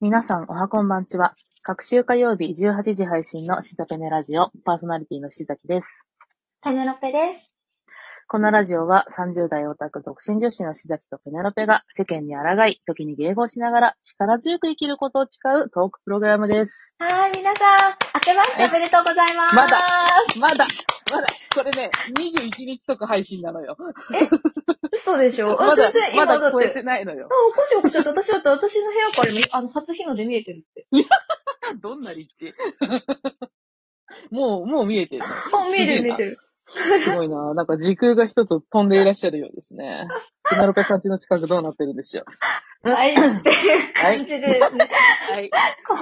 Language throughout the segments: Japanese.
みなさん、おはこんばんちは。隔週火曜日18時配信のしざぺねラジオ、パーソナリティのしざきです。パネロペです。このラジオは30代オタク独身女子のしざきとペネロペが世間に抗い、時に迎合しながら力強く生きることを誓うトークプログラムです。はーい、皆さん、明けましておめでとうございます。まだまだまだこれね、21日とか配信なのよ。嘘でしょあ、全然、今だって。ないのよあ、。おかしいおかしい。私だって、私の部屋からみあの、初日の出見えてるって。どんな立地 もう、もう見えてるの。あ、見えてる見えてる。すごいな。なんか時空が一つ飛んでいらっしゃるようですね。ペナロペさんちの近くどうなってるんでしょう。はい、っていう感じで ですね、はい。こ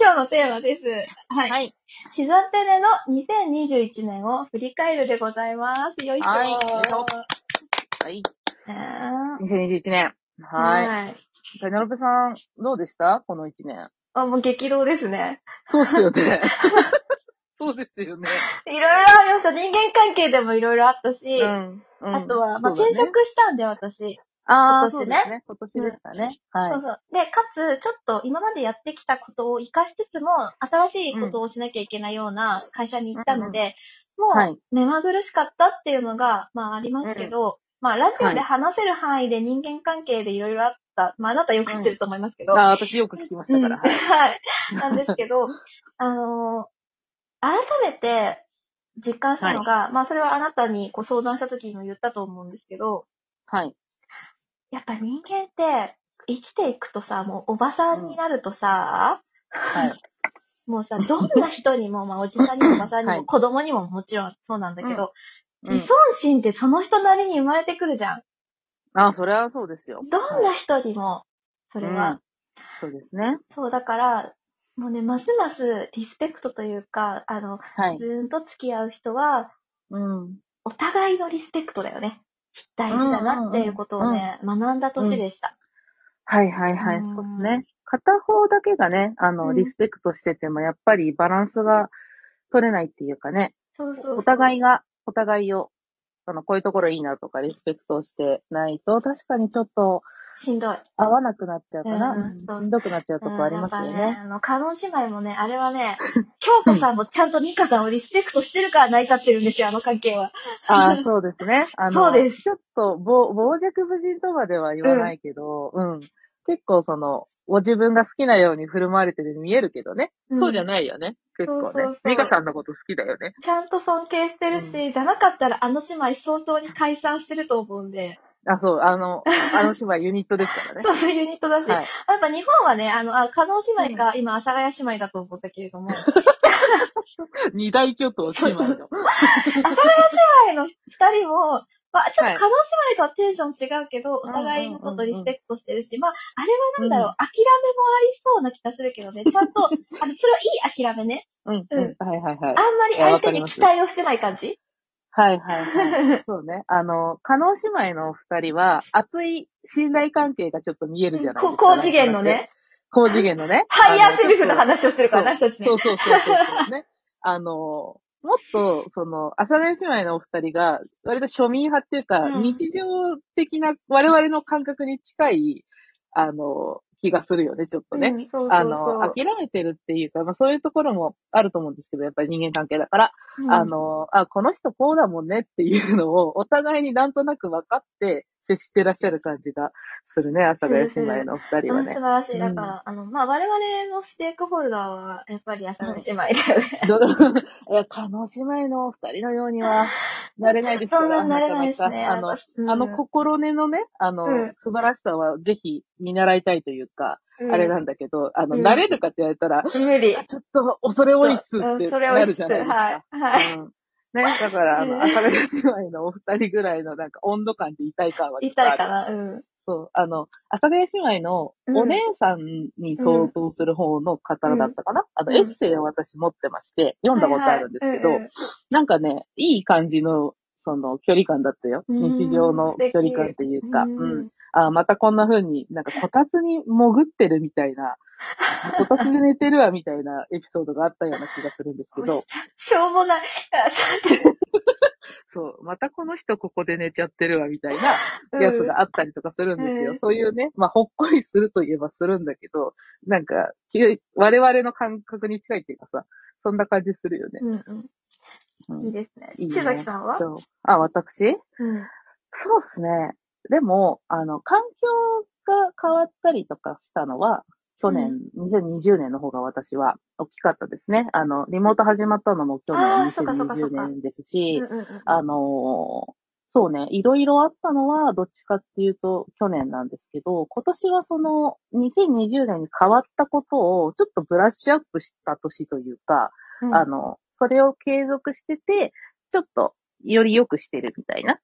今日のテーマです。はい。はい。シザペネの2021年を振り返るでございます。よいしょ。はいよいしょはい。ね2021年。えはい。い。ペナロペさん、どうでしたこの1年。あ、もう激動ですね。そうっすよね。 そうですよね。いろいろありました。人間関係でもいろいろあったし、うん。うんあとは、まあ、そうだ転ね職したんで、私。あーそうです今年ねね。今年でしたね。はいそう。そう。で、かつ、ちょっと今までやってきたことを活かしつつも、新しいことをしなきゃいけないような会社に行ったので、はも、いう目まぐるしかったっていうのが、まあ、ありますけど、まあ、ラジオで話せる範囲で人間関係でいろいろあった。まあ、あなたよく知ってると思いますけど。あー私よく聞きましたから。うんはい。なんですけ ど、あのー改めて実感したのが、まあ、それはあなたにこう相談した時にも言ったと思うんですけど、はい。やっぱ人間って、生きていくとさ、もうおばさんになるとさ、はい。もうさ、どんな人にも、まあおじさんにもおばさんにも、はい子供にももちろんそうなんだけど、うん自尊心ってその人なりに生まれてくるじゃん。あーそれはそうですよ。どんな人にも、それは、うんそうですね。そうだから、もうね、ますますリスペクトというか、あの、はい自。分と付き合う人は、うん。お互いのリスペクトだよね。大事だなっていうことをね、学んだ年でした。はいはいはうい、んそうですね。片方だけがね、あうの、んリスペクトしてても、やっぱりバランスが取れないっていうかね、そうそうそう。お互い。いが、お互いを、その、こういうところいいなとか、リスペクトしてないと、確かにちょっとしんどい。合わなくなっちゃうから、うんうんしんどくなっちゃうとこありますようんやっぱね。あの、カノン姉妹もね、あれはね、 京子さんもちゃんとミカさんをリスペクトしてるから成り立ってるんですよ、あの関係は。ああ、そうですね。あの、 そうですちょっと、ぼ傍若無人とまでは言わないけど、うん、結構その、ご自分が好きなように振る舞われてるように見えるけどね。そうじゃんないよね。結構ね。そうそうそう美香さんのこと好きだよね。ちゃんと尊敬してるし、じゃなかったらあの姉妹早々に解散してると思うんで、あ、そう、あの、 あの姉妹ユニットですからね。そうそうユニットだし、はい。やっぱ日本はね、あの、あ、カノン姉妹か、今、阿佐ヶ谷姉妹だと思ったけれども、阿佐二大巨頭姉妹の。ヶ谷姉妹の二人も、まあ、ちょっとカノン姉妹とはテンション違うけど、お互いのことリスペクトしてるし、まあ、あれはなんだろう、諦めもありそうな気がするけどね、ちゃんと、あの、それはいい諦めね。うん、ううん、はいはいはいあ。んまりいや相わか手りにます期待をしてない感じはいはい はい。そうね。あの、加納姉妹のお二人は、熱い信頼関係がちょっと見えるじゃないですこか。高次元のね、高次元のね。 ハイヤーセルフのあの。話をしてるから、私たちねそ。うそうそうそうそうね。あの、もっと、その、阿佐ヶ谷姉妹のお二人が、割と庶民派っていうか、うん日常的な我々の感覚に近い、あの、気がするよね、ちょっとね。うんそうそうそうあの、諦めてるっていうか、まあそういうところもあると思うんですけど、やっぱり人間関係だから、うんあの、あ、この人こうだもんねっていうのを、お互いになんとなく分かって接してらっしゃる感じがするね、阿佐ヶ谷姉妹のお二人はあね素晴。らしうい。んだから、あの、まあ、我々のステークホルダーは、やっぱり朝の姉妹だよね。ど いや、加納姉妹のお二人のように は、なれないですそかんなら、になれないですね。あの、うんあの、心根のね、あの、うん素晴らしさはぜひ見習いたいというか、あれなんだけど、あの、うん慣れるかって言われたら、うん無理。ちょっと恐れ多いっすうっんてそれをな一るじつ、ゃないですはいか。。 はい。うんね、だから、あうんの、阿佐ヶ谷姉妹のお二人ぐらいのなんか温度感で痛い感はき言っいとあるたいかな。うん。そう、あの、阿佐ヶ谷姉妹のお姉さんに相当する方の方だったかな、あの、うんエッセイを私持ってまして、読んだことあるんですけど、はいはいなんかね、いい感じの、その、距離感だったよ。うん日常の距離感っていううんか、うんうん。あまたこんな風になんかこたつに潜ってるみたいな、 こたつで寝てるわ、みたいなエピソードがあったような気がするんですけど、しょうもない。あそう、またこの人ここで寝ちゃってるわ、みたいなやつがあったりとかするんですよ。うんそういうね、まあ、ほっこりするといえばするんだけど、なんか、きゅ我々の感覚に近いっていうかさ、そんな感じするよね。うんうん。ういいん、ですね。いいね千崎さんはそう。あ、私うん。そうですね。でも、あの、環境が変わったりとかしたのは、去年、2020年の方が私は大きかったですね。あの、リモート始まったのも去あーそっかそっかそ年っか2020年ですし、うんうんうんあのーそうね、いろいろあったのは、どっちかっていうと去年なんですけど、今年はその2020年に変わったことをちょっとブラッシュアップした年というか、うんあの、それを継続してて、ちょっとより良くしてるみたいな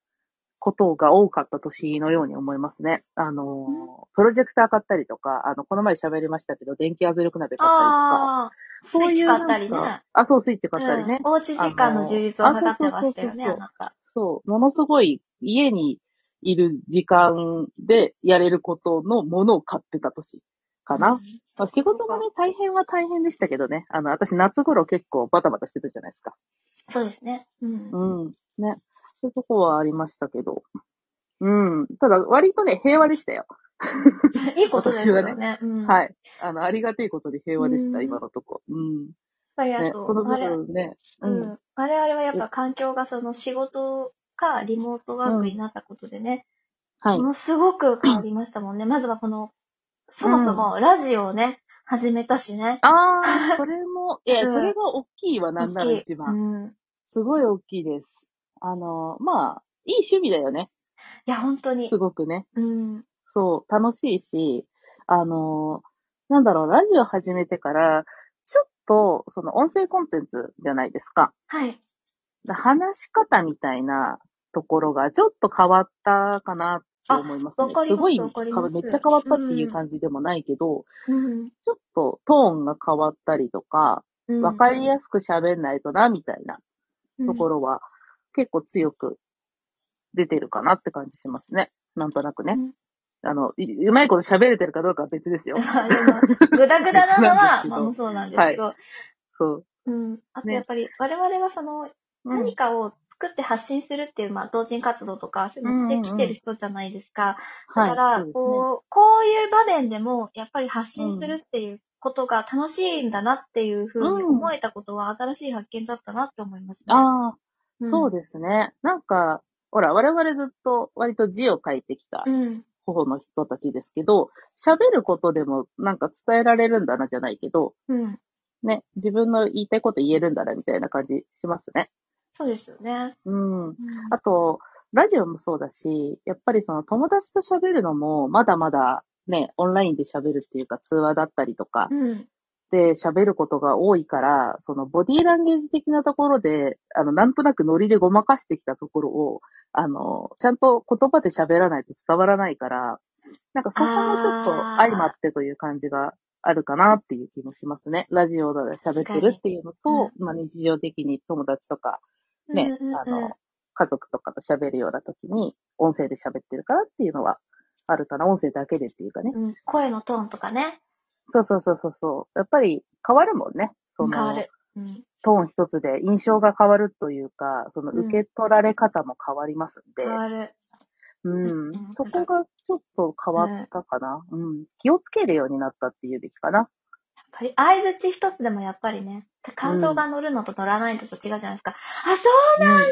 ことが多かった年のように思いますね。あのー、プロジェクター買ったりとか、あの、この前喋りましたけど、電気圧力鍋買ったりとか、ああ、スイそうッいチう買なっんたりね。か、あ、そう、スイッチ買ったりねう。んおうち時間の充実を図ってましたよね、あのあーなた。そう、ものすごい家にいる時間でやれることのものを買ってた年かな。うんまあ、仕事もね、大変は大変でしたけどね。あの、私夏頃結構バタバタしてたじゃないですか。そうですね。うん。うん。ね。そういうとこはありましたけど。うん。ただ、割とね、平和でしたよ。いいことですよ私はね。うんやっはい。あの、ありがていことで平和でしうた、ん今のとこ。うん。ぱりあね、と、その我々分ね。ううんん。我々はやっぱ環境がその仕事かリモートワークになったことでね、はいも。のすごく変わりましたも んね。まずはこの、そもそもラジオをね、始めたしね。ああ、それも、いや、 うんそれが大きいわ、なんなら大きい一番。うん。いすごい大きいです。あの、まあ、いい趣味だよね。や、本当にす。ごくね。うん。そう、楽しいし、あの、なんだろう、ラジオ始めてから、ちょっと、その音声コンテンツじゃないですか。はい。話し方みたいなところがちょっと変わったかなと思いますあわね。かりすますごいわかりますめっちゃ変わったっていう感じでもないけど、うん。ちょっとトーンが変わったりとか、うんわかりやすく喋んないとな、みたいなところは結構強く出てるかなって感じしますね。なんとなくね。うん。あの、いうまいこと喋れてるかどうかは別ですよ あのぐだぐだなのは、 別なんですけどまあもうそうなんですけど、そう。うん。あとねやっぱり、我々はその、うん何かを作って発信するっていう、まあ、同人活動とか、そういうのしてきてる人じゃないですか。だから、はい。そうですねこう、こういう場面でも、やっぱり発信するっていうことが楽しいんだなっていうふうに思えたことは、新しい発見だったなって思いますね。ああ、うん、そうですね。なんか、ほら、我々ずっと割と字を書いてきたうん。方の人たちですけど、喋ることでもなんか伝えられるんだなじゃないけど、うん。ね、自分の言いたいこと言えるんだなみたいな感じしますね。そうですよね。うん。うんあと、ラジオもそうだし、やっぱりその友達と喋るのも、まだまだね、オンラインで喋るっていうか通話だったりとかうん。で喋ることが多いから、そのボディーランゲージ的なところで、あの、なんとなくノリでごまかしてきたところを、あの、ちゃんと言葉で喋らないと伝わらないから、なんかそこもちょっとあー相まってという感じがあるかなっていう気もしますね。ラジオで喋ってるっていうのと、まあ日常的に友達とかね、うんうんうんあの、家族とかと喋るような時に、音声で喋ってるからっていうのはあるかな。音声だけでっていうかね。うん、声のトーンとかね、そうそうそうそうそう。やっぱり変わるもんね。そ変のわる。うん。トーン一つで印象が変わるというか、そのうん受け取られ方も変わりますんで変、わる。うん。うんそこがちょっと変わったかな、うん。気をつけるようになったっていうべきかな。やっぱり、相づち一つでもやっぱりね、感情が乗るのと乗らないのと違うじゃないですか。あ、そううんっ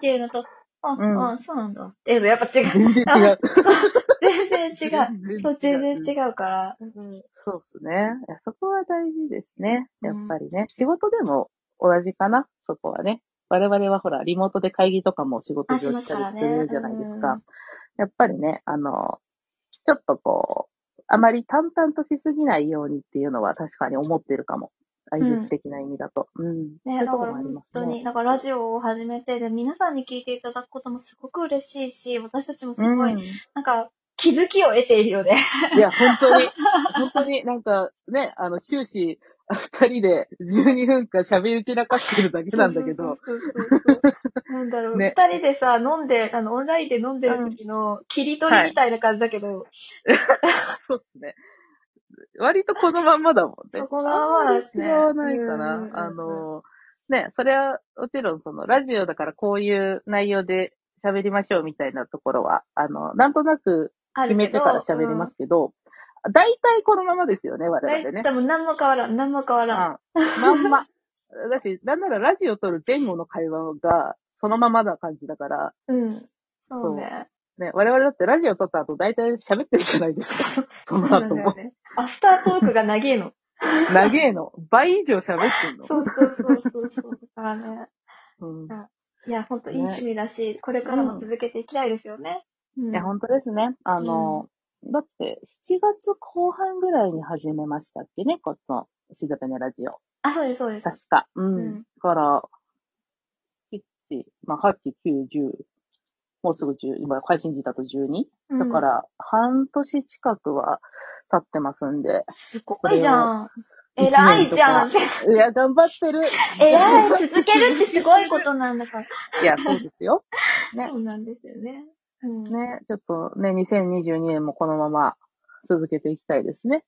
ていうのと、あ、うんあ、そうなんだ。っていうのやっぱ違う。全然違う。全然 違う。全然違うそう、全然違うから。うん。そうですね。いやそこは大事ですね。やっぱりね。仕事でも同じかな、そこはね。我々はほら、リモートで会議とかも仕事あ上しましすかたらりねするじゃないですか。うんやっぱりね、あの、ちょっとこう、あまり淡々としすぎないようにっていうのは確かに思ってるかも。愛術的な意味だと。うん。そういね、うだとかこらもあり本ます当ねに、。だからラジオを始めて、で、皆さんに聞いていただくこともすごく嬉しいし、私たちもすごい、うんなんか、気づきを得ているよね。いや、本当に、 本当になんかね、あの、終始、二人で12分間喋り散らかしてるだけなんだけど、そうそうそうそうそう。なんだろう。二、ね人でさ、飲んで、あの、オンラインで飲んでる時の切り取りみたいな感じだけど、そうですね。割とこのまんまだもんね。そこのまんまですねあんまり違わないかうんうんうんうんな。あの、ね、それはもちろんその、ラジオだからこういう内容で喋りましょうみたいなところは、あの、なんとなくあ。決めてから喋りますすけど、大体このままですよね、我大々ね体。もう何も変わらん、何も変わらん。うんまんま。だし、なんならラジオ撮る前後の会話が、そのままな感じだから、うん。そうね。ね、我々だってラジオ撮った後大体喋ってるじゃないです か。そのなん後だよも。ね。アフタートークが長えの。長えの。倍以上喋ってんの。そうそうそうそうそう。だからね。うんいや、ほんといい趣味だし、これからも続けていきたいですよね。うんいや、本当ですね。あの、だって、7月後半ぐらいに始めましたっけね、この、しだべねラジオ。あ、そうです、そうです。確か。うん。うんから、1、まあ、8、9、10、もうすぐ10、今、配信時だと12。うんだか、ら、半年近くは経ってますんで。すごいじゃん。これを偉いじゃん一。いや、頑張ってる。偉い、続けるってすごいことなんだから。 いや、そうですよ。ねそうなんですよね。うん。ね、ちょっとね、2022年もこのまま続けていきたいですね。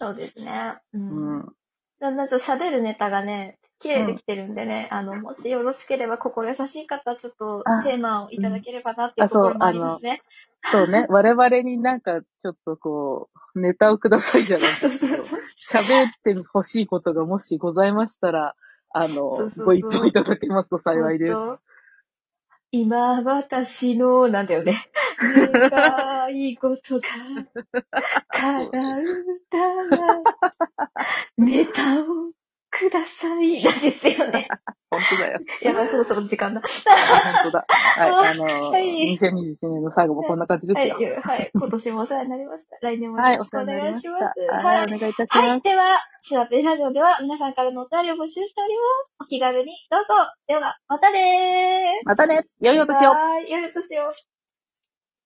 そうですね。うう。んん。だんだんちょっと喋るネタがね、切れてきてるんでね、あの、もしよろしければ心優しい方、ちょっとあテーマをいただければなっていうんうところもありますね。そう ね、我々になんか、ちょっとこう、ネタをくださいじゃ ないですけど、喋ってほしいことがもしございましたら、あのそうそうそ、うご一報いただけますと幸いです。本当今私の、なんだよね。願い事が叶うたら、ネタをください。なんですよね。本当だよ。 やばい、そろそろ時間だ。本当だ。 はい、あの、はい2021年の最後もこんな感じではすい、よ。はい、今年もお世話になりました。来年もよはい、ろしくお願いします。はい、お願いいたします。はい、では、シラペラジオでは皆さんからのお便りを募集しております。お気軽にどうぞ。では、またねー。またね良いお年をはい、よいお年を。